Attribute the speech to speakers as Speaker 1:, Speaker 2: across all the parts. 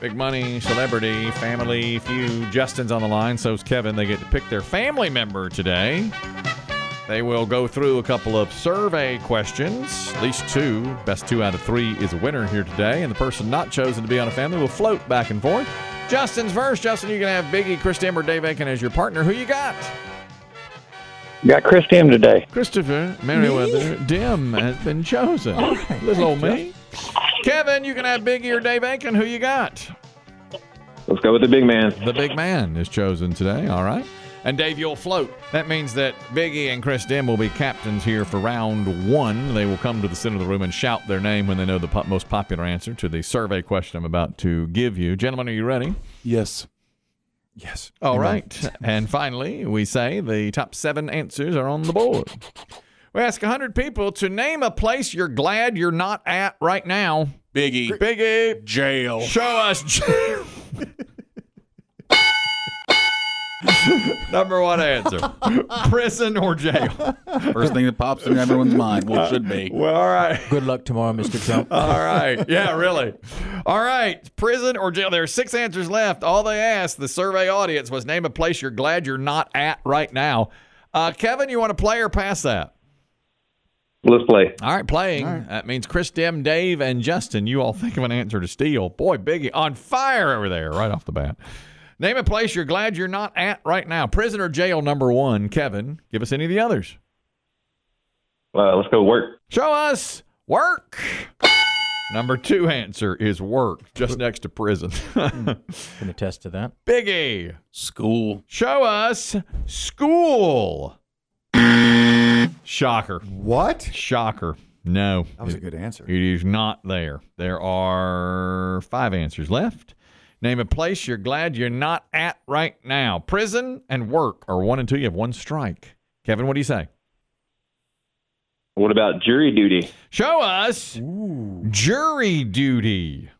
Speaker 1: Big money, celebrity, family feud. Justin's on the line, so's Kevin. They get to pick their family member today. They will go through a couple of survey questions, at least two. Best two out of three is a winner here today, and the person not chosen to be on a family will float back and forth. Justin's first. Justin, you can have Biggie, Chris Dim, or Dave Aiken as your partner. Who you got?
Speaker 2: Got Chris Tim today.
Speaker 1: Christopher Merriweather Dim has been chosen. Little old me. Kevin, you can have Biggie or Dave Aiken. Who you got?
Speaker 2: Let's go with the big man.
Speaker 1: The big man is chosen today. All right. And Dave, you'll float. That means that Biggie and Chris Dim will be captains here for round one. They will come to the center of the room and shout their name when they know the po- most popular answer to the survey question I'm about to give you. Gentlemen, are you ready?
Speaker 3: Yes. Yes.
Speaker 1: All
Speaker 3: Amen.
Speaker 1: right. And finally, we say the top seven answers are on the board. We ask 100 people to name a place you're glad you're not at right now.
Speaker 3: Biggie.
Speaker 1: Biggie,
Speaker 3: Jail.
Speaker 1: show us. Number one answer prison or jail.
Speaker 3: First thing that pops in everyone's mind. Well, it should be.
Speaker 1: Well, all right.
Speaker 4: Good luck tomorrow, Mr. Trump.
Speaker 1: All right. Yeah, really. All right. Prison or jail. There are six answers left. All they asked the survey audience was name a place you're glad you're not at right now. Uh, Kevin, you want to play or pass that?
Speaker 2: Let's play.
Speaker 1: All right, playing. That means Chris, Dem, Dave, and Justin. You all think of an answer to steal. Boy, Biggie on fire over there right off the bat. Name a place you're glad you're not at right now. Prison or jail, number one. Kevin, give us any of the others.
Speaker 2: Uh, let's go work.
Speaker 1: Show us work. Number two answer is work, just next to prison.
Speaker 4: Can attest to that.
Speaker 1: Biggie,
Speaker 3: School.
Speaker 1: show us school. Shocker.
Speaker 5: What?
Speaker 1: Shocker. No.
Speaker 5: That was a good answer.
Speaker 1: It is not there. There are five answers left. Name a place you're glad you're not at right now. Prison and work are one and two. You have one strike. Kevin, what do you say?
Speaker 2: What about jury duty?
Speaker 1: Show us jury duty.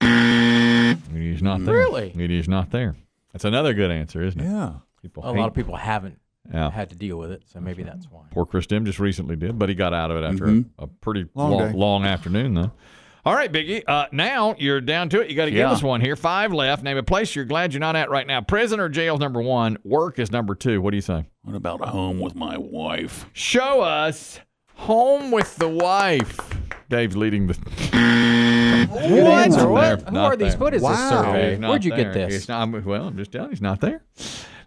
Speaker 1: It is not there.
Speaker 4: Really?
Speaker 1: It is not there. That's another good answer, isn't it?
Speaker 5: Yeah.
Speaker 1: People
Speaker 4: A
Speaker 1: hate-
Speaker 4: lot of people haven't
Speaker 1: Yeah.
Speaker 4: had to deal with it, so maybe that's why.
Speaker 1: Poor Chris Dim just recently did, but he got out of it after a-
Speaker 3: Mhm.
Speaker 1: a, pretty long,
Speaker 5: Long
Speaker 1: long,
Speaker 5: day.
Speaker 1: afternoon, though. All right, Biggie. Uh, now you're down to it. You got to give
Speaker 3: Yeah.
Speaker 1: us one here. Five left. Name a place you're glad you're not at right now. Prison or jail's number one. Work is number two. What do you say?
Speaker 3: What about home with my wife?
Speaker 1: Show us home with the wife. Dave's leading the.
Speaker 4: What?
Speaker 1: Not
Speaker 4: What?
Speaker 1: there.
Speaker 4: Who
Speaker 1: Not
Speaker 4: are these?
Speaker 1: there.
Speaker 4: What is this
Speaker 5: Wow.
Speaker 4: survey?
Speaker 1: He's not
Speaker 4: Oh, Where'd you get
Speaker 1: there.
Speaker 4: this?
Speaker 1: He's not- I'm- well, I'm just telling you, he's not there.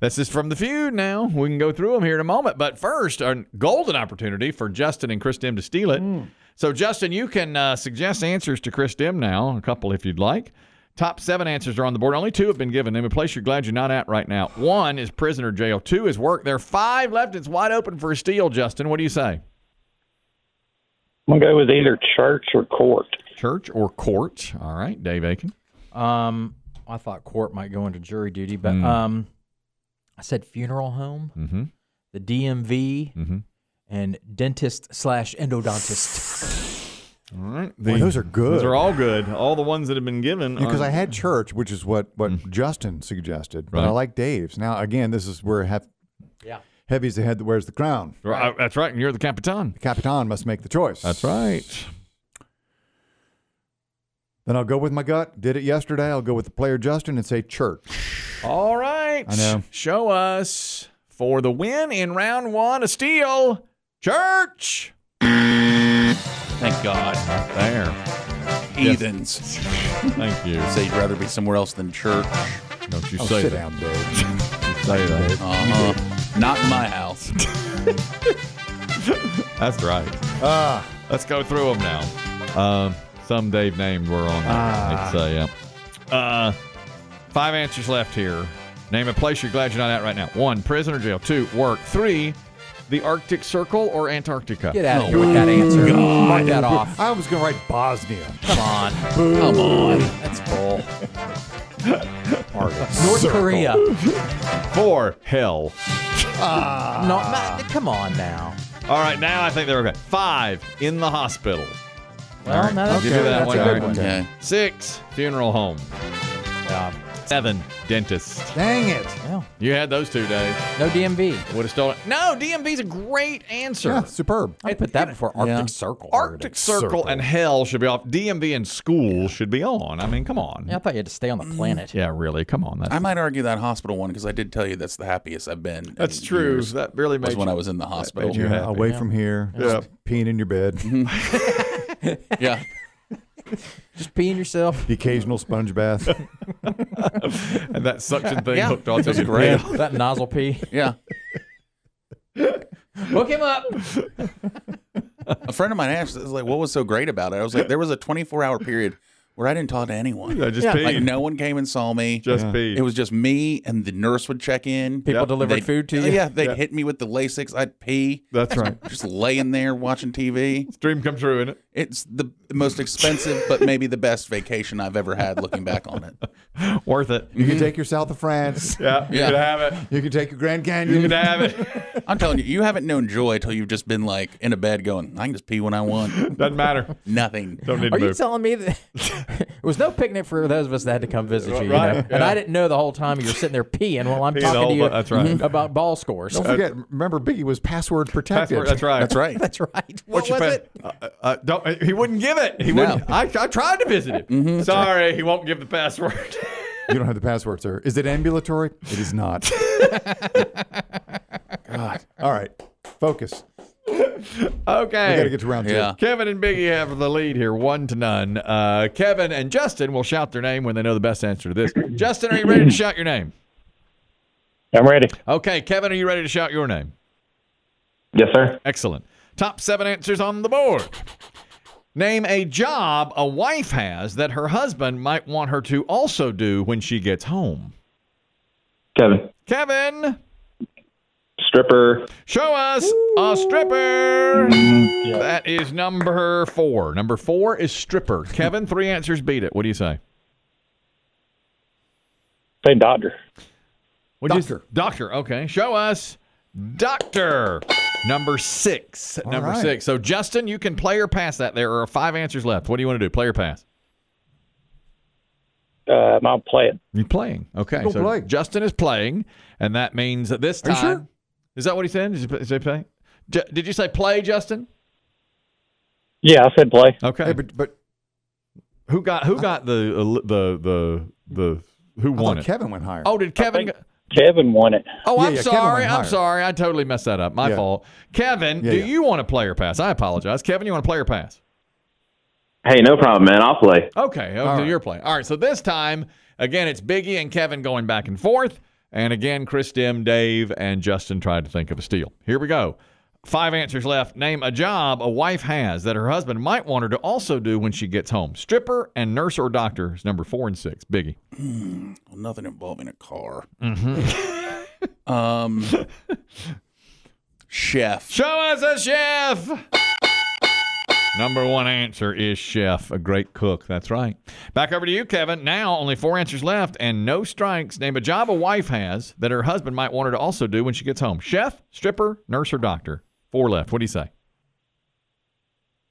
Speaker 1: That's just from the feud now. We can go through them here in a moment. But first, our golden opportunity for Justin and Chris Dim to steal it.
Speaker 5: Hmm.
Speaker 1: So, Justin, you can uh, suggest answers to Chris Dim now, a couple if you'd like. Top seven answers are on the board. Only two have been given. Name a place you're glad you're not at right now. One is prison or jail. Two is work. There are five left. It's wide open for a steal, Justin. What do you say?
Speaker 2: I'm gonna go with either church or court.
Speaker 1: Church or court? All right, Dave Aiken.
Speaker 4: Um, I thought court might go into jury duty, but um, I said funeral home,
Speaker 1: Mm-hmm.
Speaker 4: the DMV,
Speaker 1: Mhm.
Speaker 4: and dentist slash endodontist.
Speaker 1: All right.
Speaker 5: Boy, those are good.
Speaker 1: Those are all good. All the ones that have been given.
Speaker 5: Because
Speaker 1: are-
Speaker 5: I had church, which is what what Justin suggested, but I
Speaker 1: Mm. Right.
Speaker 5: like Dave's. Now again, this is where hef-
Speaker 4: Yeah.
Speaker 5: heavy's the head that wears the crown.
Speaker 1: Right, That's right, and you're the capitan.
Speaker 5: Capitan must make the choice.
Speaker 1: right.
Speaker 5: Then I'll go with my gut. Did it yesterday. I'll go with the player Justin and say church.
Speaker 1: All right.
Speaker 5: I know.
Speaker 1: Show us for the win in round one. A steal, church.
Speaker 3: Thank God.
Speaker 1: There.
Speaker 3: Heathens.
Speaker 1: Thank you.
Speaker 3: Say you'd rather be somewhere else than church.
Speaker 1: Don't you
Speaker 5: Oh,
Speaker 1: say
Speaker 5: sit
Speaker 1: that.
Speaker 5: down, Dave.
Speaker 1: Say that.
Speaker 3: Uh-huh. Not in my house.
Speaker 1: That's right.
Speaker 5: Ah,
Speaker 1: Let's go through them now. Um, some Dave named were on. there, I'd say. yeah. Uh, five answers left here. Name a place you're glad you're not at right now. One, prison or jail. Two, work. Three, the Arctic Circle or Antarctica.
Speaker 4: Get out of here with that answer. Mark that off.
Speaker 5: I was going to write Bosnia.
Speaker 4: Come on.
Speaker 3: Come on.
Speaker 4: That's bull.
Speaker 5: Arctic
Speaker 4: North
Speaker 5: Circle.
Speaker 4: Korea.
Speaker 1: Four, hell.
Speaker 4: Not, not, come on now.
Speaker 1: All right, now I think they're okay. Five in the hospital.
Speaker 4: Well, no, that's,
Speaker 1: Give you that
Speaker 4: that's
Speaker 1: one.
Speaker 4: a
Speaker 1: All
Speaker 4: good
Speaker 1: right.
Speaker 4: one.
Speaker 3: Okay.
Speaker 1: Six funeral home.
Speaker 4: Yeah.
Speaker 1: Um, seven dentists.
Speaker 5: Dang it.
Speaker 4: Well,
Speaker 1: You had those two, Dave.
Speaker 4: no DMV.
Speaker 1: Would have stolen. No, DMV's a great answer.
Speaker 5: Yeah, superb.
Speaker 4: I put that before Arctic Circle.
Speaker 1: Arctic Circle, and hell should be off. DMV and school should be on. I mean, come on.
Speaker 4: Yeah, I thought you had to stay on the planet.
Speaker 1: Yeah, really. Come on. That's,
Speaker 3: I might argue that hospital one because I did tell you that's the happiest I've been. in
Speaker 1: that's true.
Speaker 3: years,
Speaker 1: That really
Speaker 3: was
Speaker 1: makes
Speaker 3: when I was in the hospital.
Speaker 1: you
Speaker 5: Yeah,
Speaker 1: happy.
Speaker 5: away from here.
Speaker 1: Yeah. Mm-hmm.
Speaker 5: Peeing in your bed.
Speaker 3: Yeah.
Speaker 4: Just peeing yourself.
Speaker 5: the occasional sponge bath.
Speaker 1: and that suction thing hooked onto you.
Speaker 3: great.
Speaker 1: Yeah.
Speaker 4: that nozzle pee.
Speaker 3: Yeah.
Speaker 4: Hook him up.
Speaker 3: A friend of mine asked, "Is like, what was so great about it?" I was like, "There was a 24-hour period where I didn't talk to anyone.
Speaker 1: I just peed.
Speaker 3: Like, no one came and saw me.
Speaker 1: just peed.
Speaker 3: It was just me, and the nurse would check in.
Speaker 4: People
Speaker 1: Yep.
Speaker 4: delivered
Speaker 3: They'd- Oh,
Speaker 4: food to you.
Speaker 3: Yeah, they'd hit me with the Lasix. I'd pee,
Speaker 1: that's right.
Speaker 3: just laying there watching TV.
Speaker 1: Dream come true, isn't it?
Speaker 3: It's the most expensive, but maybe the best vacation I've ever had. Looking back on it,
Speaker 1: Worth it.
Speaker 5: You can take your South of France.
Speaker 1: Yeah, you
Speaker 3: Yeah.
Speaker 1: can have it.
Speaker 5: You can take your Grand
Speaker 1: You
Speaker 5: Canyon.
Speaker 1: can have it.
Speaker 3: I'm telling you, you haven't known joy till you've just been like in a bed going, "I can just pee when I want."
Speaker 1: Doesn't matter.
Speaker 3: Nothing.
Speaker 1: Don't need
Speaker 4: Are
Speaker 1: to
Speaker 4: you
Speaker 1: move.
Speaker 4: telling me that it was no picnic for those of us that had to come visit you? you
Speaker 1: Right,
Speaker 4: know? And
Speaker 1: yeah.
Speaker 4: I didn't know the whole time you were sitting there peeing while I'm
Speaker 1: Peeing the
Speaker 4: talking
Speaker 1: whole
Speaker 4: to you
Speaker 1: bu- that's right.
Speaker 4: about ball scores.
Speaker 5: Don't forget, remember Biggie was password protected.
Speaker 1: uh, Password, that's right.
Speaker 3: That's right.
Speaker 4: That's right.
Speaker 1: What's
Speaker 4: What
Speaker 1: your
Speaker 4: was
Speaker 1: pa-
Speaker 4: it?
Speaker 1: Uh, uh, don't, uh, he wouldn't give it. He wouldn't. I, I tried to visit him.
Speaker 5: Mm-hmm.
Speaker 1: Sorry, he won't give the password.
Speaker 5: You don't have the password, sir. Is it ambulatory? It is not. God. All right. Focus.
Speaker 1: okay.
Speaker 5: We got to get to round two.
Speaker 3: Yeah.
Speaker 1: Kevin and Biggie have the lead here, one to none. Uh, Kevin and Justin will shout their name when they know the best answer to this. Justin, are you ready to shout your name?
Speaker 2: I'm ready.
Speaker 1: Okay, Kevin, are you ready to shout your name?
Speaker 2: Yes, sir.
Speaker 1: Excellent. Top seven answers on the board. Name a job a wife has that her husband might want her to also do when she gets home.
Speaker 2: Kevin.
Speaker 1: Kevin,
Speaker 2: Stripper.
Speaker 1: show us a stripper. That is number four. Number four is stripper. Kevin, three answers beat it. What do you say?
Speaker 2: Say Dodger.
Speaker 1: What'd you s- doctor. Okay. Show us doctor. Number six. number
Speaker 5: right.
Speaker 1: six. So, Justin, you can play or pass that. There are five answers left. What do you want to do? Play or pass?
Speaker 2: Uh, I'll play it.
Speaker 1: You're playing. Okay.
Speaker 5: Go
Speaker 1: so
Speaker 5: play.
Speaker 1: Justin is playing, and that means that this
Speaker 5: you
Speaker 1: time.
Speaker 5: sure?
Speaker 1: Is that what he said? Did you, did you play? Ju- did you say play, Justin?
Speaker 2: Yeah, I said play.
Speaker 1: Okay.
Speaker 5: Hey, but, but
Speaker 1: who got who got the uh, the the the who
Speaker 5: I
Speaker 1: won
Speaker 5: thought
Speaker 1: it?
Speaker 5: Kevin went higher.
Speaker 1: oh, did Kevin?
Speaker 2: think-
Speaker 1: go-
Speaker 2: Kevin won it.
Speaker 1: Oh,
Speaker 5: Yeah,
Speaker 1: I'm
Speaker 5: yeah, Kevin went
Speaker 1: sorry. I'm
Speaker 5: higher.
Speaker 1: sorry. I totally messed that up. My
Speaker 5: Yeah.
Speaker 1: fault. Kevin,
Speaker 5: Yeah,
Speaker 1: do
Speaker 5: yeah.
Speaker 1: you want to play or pass? I apologize. Kevin, you want to play or pass?
Speaker 6: Hey, no problem, man. I'll play.
Speaker 1: Okay, okay
Speaker 5: right.
Speaker 1: you're playing. All right, so this time, again, it's Biggie and Kevin going back and forth. And again, Chris Dim, Dave, and Justin tried to think of a steal. Here we go. Five answers left. Name a job a wife has that her husband might want her to also do when she gets home. Stripper and nurse or doctor is number four and six. Biggie.
Speaker 3: Well, nothing involving a car.
Speaker 4: Mm-hmm.
Speaker 3: um, chef.
Speaker 1: Show us a chef. Number one answer is chef, a great cook. That's right. Back over to you, Kevin. Now only four answers left and no strikes. Name a job a wife has that her husband might want her to also do when she gets home. Chef, stripper, nurse, or doctor. Four left. What do you say?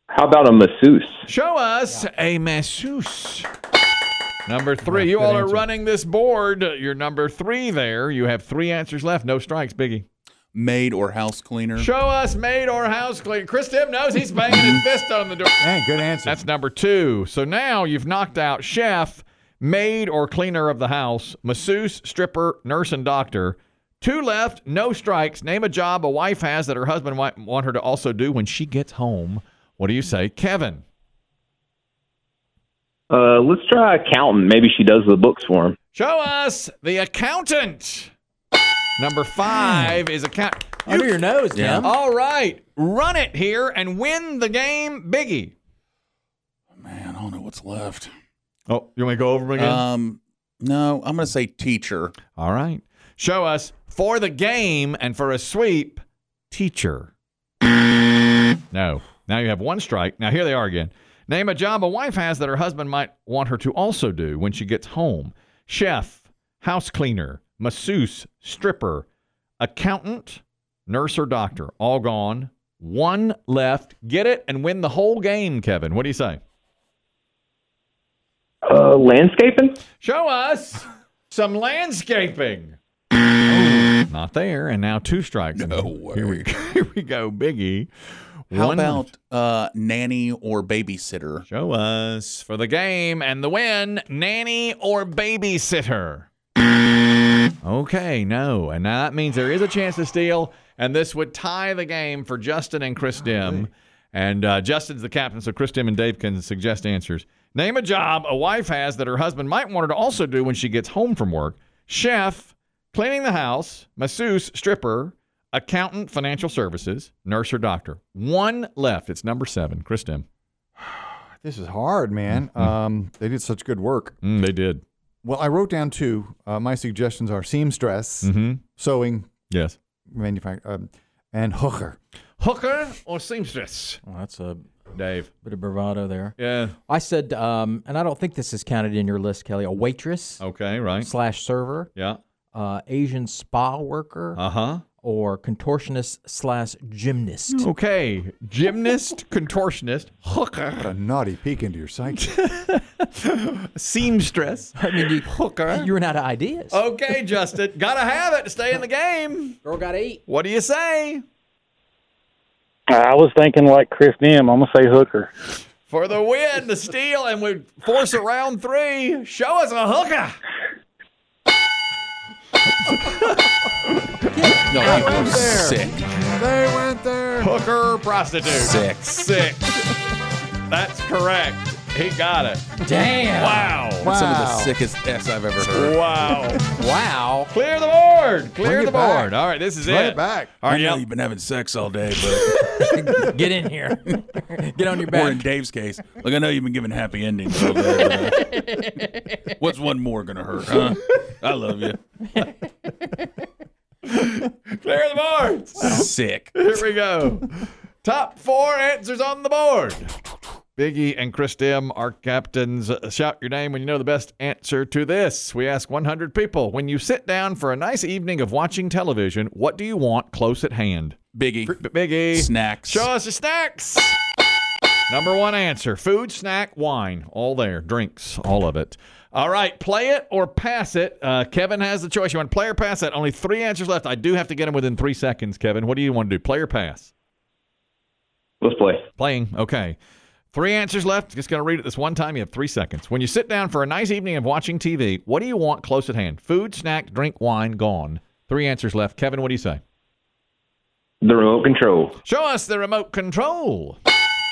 Speaker 6: How about a masseuse?
Speaker 1: Show us a masseuse. Number three. You
Speaker 5: good
Speaker 1: all are
Speaker 5: answer.
Speaker 1: running this board. You're number three there. You have three answers left. No strikes, Biggie.
Speaker 3: maid or house cleaner.
Speaker 1: Show us maid or house cleaner. Chris Tim knows he's banging his fist on the door.
Speaker 5: Dang, good answer.
Speaker 1: That's number two. So now you've knocked out chef, maid or cleaner of the house, masseuse, stripper, nurse, and doctor. Two left, no strikes. Name a job a wife has that her husband might want her to also do when she gets home. What do you say, Kevin?
Speaker 6: Uh, let's try accountant. Maybe she does the books for him.
Speaker 1: Show us the accountant. Number five is account.
Speaker 4: Under your nose, Tim.
Speaker 1: All right, run it here and win the game, Biggie.
Speaker 3: Man, I don't know what's left.
Speaker 1: Oh, you want me to go over 'em again?
Speaker 3: Um, no, I'm gonna say teacher.
Speaker 1: All right. Show us for the game and for a sweep, teacher. No. Now you have one strike. Now here they are again. Name a job a wife has that her husband might want her to also do when she gets home chef, house cleaner, masseuse, stripper, accountant, nurse, or doctor. All gone. One left. Get it and win the whole game, Kevin. What do you say?
Speaker 6: Uh, landscaping?
Speaker 1: Show us Some landscaping. Not there. And now two strikes.
Speaker 3: No
Speaker 1: Here we, here we go, Biggie.
Speaker 3: How about uh, nanny or babysitter?
Speaker 1: show us for the game and the win, nanny or babysitter? Okay, no. And now that means there is a chance to steal, and this would tie the game for Justin and Chris Dim. And uh, Justin's the captain, so Chris Dim and Dave can suggest answers. Name a job a wife has that her husband might want her to also do when she gets home from work chef, cleaning the house, masseuse, stripper, accountant, financial services, nurse, or doctor. One left. It's number seven. Chris Dim.
Speaker 5: This is hard, man.
Speaker 1: Mm-hmm.
Speaker 5: Um, they did such good work.
Speaker 1: Mm, they did.
Speaker 5: Well, I wrote down two. Uh, my suggestions are seamstress,
Speaker 1: Mm-hmm.
Speaker 5: sewing,
Speaker 1: Yes.
Speaker 5: manufacture, um, and hooker.
Speaker 1: Hooker or seamstress?
Speaker 4: Well, that's a
Speaker 1: Dave.
Speaker 4: bit of bravado there.
Speaker 1: Yeah.
Speaker 4: I said, um, and I don't think this is counted in your list, Kelly. A waitress
Speaker 1: Okay, right.
Speaker 4: slash server,
Speaker 1: Yeah.
Speaker 4: uh, Asian spa worker,
Speaker 1: Uh huh.
Speaker 4: or contortionist slash gymnast.
Speaker 1: Okay. Gymnast, contortionist, hooker,
Speaker 5: What a naughty peek into your psyche.
Speaker 1: seamstress,
Speaker 4: I mean, you,
Speaker 1: hooker.
Speaker 4: you ran out of ideas.
Speaker 1: Okay, Justin. Gotta have it to stay in the game.
Speaker 4: Girl got eight.
Speaker 1: What do you say?
Speaker 2: I was thinking like Chris Nim. I'm gonna say hooker.
Speaker 1: For the win, the steal, and we force a round three. Show us a hooker.
Speaker 3: No, you are sick.
Speaker 5: they went there.
Speaker 1: Hooker prostitute.
Speaker 3: Six.
Speaker 1: Six. That's correct. He got it.
Speaker 4: Damn.
Speaker 1: Wow.
Speaker 3: Some of the
Speaker 5: Wow.
Speaker 3: sickest S I've ever heard.
Speaker 1: Wow.
Speaker 4: Wow.
Speaker 1: Clear the board. Clear
Speaker 5: it
Speaker 1: the
Speaker 5: back.
Speaker 1: board. All right, this is
Speaker 5: Run
Speaker 1: it.
Speaker 5: it back.
Speaker 1: All right,
Speaker 3: I know
Speaker 1: yeah.
Speaker 3: you've been having sex all day, but
Speaker 4: Get in here. Get on your
Speaker 3: or
Speaker 4: back.
Speaker 3: in Dave's case, like I know you've been giving happy endings all day. But, uh, what's one more gonna hurt? Huh? I love you.
Speaker 1: Clear the board.
Speaker 3: Sick.
Speaker 1: Here we go. Top four answers on the board. Biggie and Chris Dim are captains. Uh, Shout your name when you know the best answer to this. We ask 100 people when you sit down for a nice evening of watching television, what do you want close at hand?
Speaker 3: Biggie.
Speaker 1: B- Biggie.
Speaker 3: Snacks.
Speaker 1: Show us your snacks. Number one answer food, snack, wine. All there. Drinks. All of it. All right. Play it or pass it. Uh, Kevin has the choice. You want to play or pass it? Only three answers left. I do have to get them within three seconds, Kevin. What do you want to do? Play or pass?
Speaker 6: Let's play.
Speaker 1: Playing. Okay. Three answers left. Just going to read it this one time. You have three seconds. When you sit down for a nice evening of watching TV, what do you want close at hand? Food, snack, drink, wine, gone. Three answers left. Kevin, what do you say?
Speaker 6: The remote control.
Speaker 1: Show us the remote control.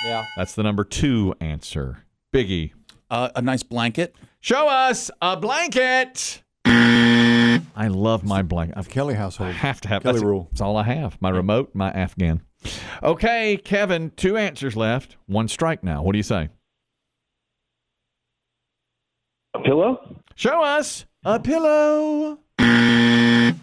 Speaker 4: Yeah.
Speaker 1: That's the number two answer. Biggie.
Speaker 3: Uh, a nice blanket.
Speaker 1: Show us a blanket. I love my blanket. I've-
Speaker 5: Kelly
Speaker 1: I
Speaker 5: household.
Speaker 1: have to have
Speaker 5: Kelly
Speaker 1: that's,
Speaker 5: rule.
Speaker 1: That's all I have. My remote, my Afghan. Okay, Kevin, two answers left. One strike now. What do you say?
Speaker 6: A pillow?
Speaker 1: Show us a pillow.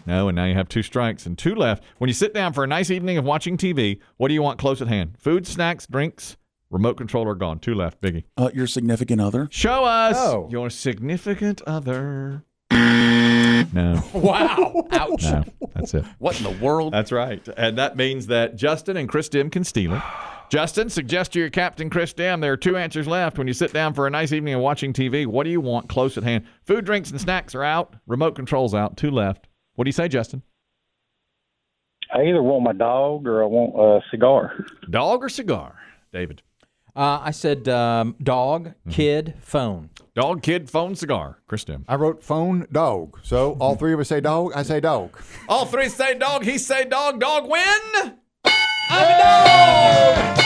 Speaker 1: No, and now you have two strikes and two left. When you sit down for a nice evening of watching TV, what do you want close at hand? Food, snacks, drinks, remote control are gone. Two left, Biggie.
Speaker 3: Uh, your significant other.
Speaker 1: Show us
Speaker 5: Oh.
Speaker 1: your significant other. No,
Speaker 4: Wow. Ouch.
Speaker 1: no, that's it.
Speaker 3: What in the world?
Speaker 1: That's right. And that means that Justin and Chris Dim can steal it. Justin, suggest to your captain, Chris Dim, there are two answers left when you sit down for a nice evening of watching TV. What do you want close at hand? Food, drinks, and snacks are out. Remote control's out. Two left. What do you say, Justin?
Speaker 2: I either want my dog or I want a cigar.
Speaker 1: Dog or cigar? David.
Speaker 4: Uh, I said um, dog, kid, phone.
Speaker 1: Dog, kid, phone, cigar. Chris Dim.
Speaker 5: I wrote phone dog. So all three of us say dog. I say dog.
Speaker 1: All three say dog. He say dog. Dog win. I'm a dog.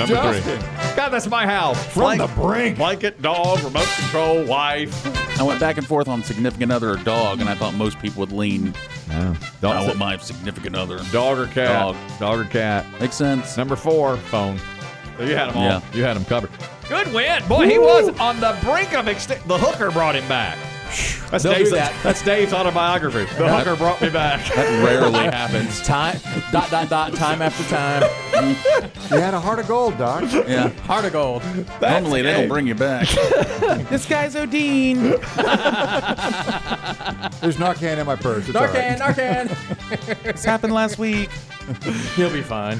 Speaker 1: Number
Speaker 5: Justin.
Speaker 1: three. God, that's my house.
Speaker 5: From the
Speaker 1: Blank-
Speaker 5: brink.
Speaker 1: Blanket, dog, remote control, wife.
Speaker 3: I went back and forth on significant other or dog, and I thought most people would lean. I want my significant other.
Speaker 1: Dog or cat.
Speaker 3: Dog.
Speaker 1: Dog or cat.
Speaker 3: Makes sense.
Speaker 1: Number four, phone. So you had them all.
Speaker 3: Yeah.
Speaker 1: You had them covered. Good win, boy. He was on the brink of extinction. The hooker brought him back. That's
Speaker 4: They'll do
Speaker 1: Dave's,
Speaker 4: that.
Speaker 1: that's Dave's autobiography. The hooker brought me back.
Speaker 3: That rarely happens.
Speaker 4: Time, dot, dot, dot, time after time.
Speaker 5: You had a heart of gold, Doc.
Speaker 3: Yeah.
Speaker 4: Heart of gold.
Speaker 3: Normally they don't bring you back. this guy's Odin.
Speaker 5: There's Narcan in my purse. It's all right.
Speaker 4: Narcan, Narcan.
Speaker 3: This happened last week.
Speaker 4: He'll be fine.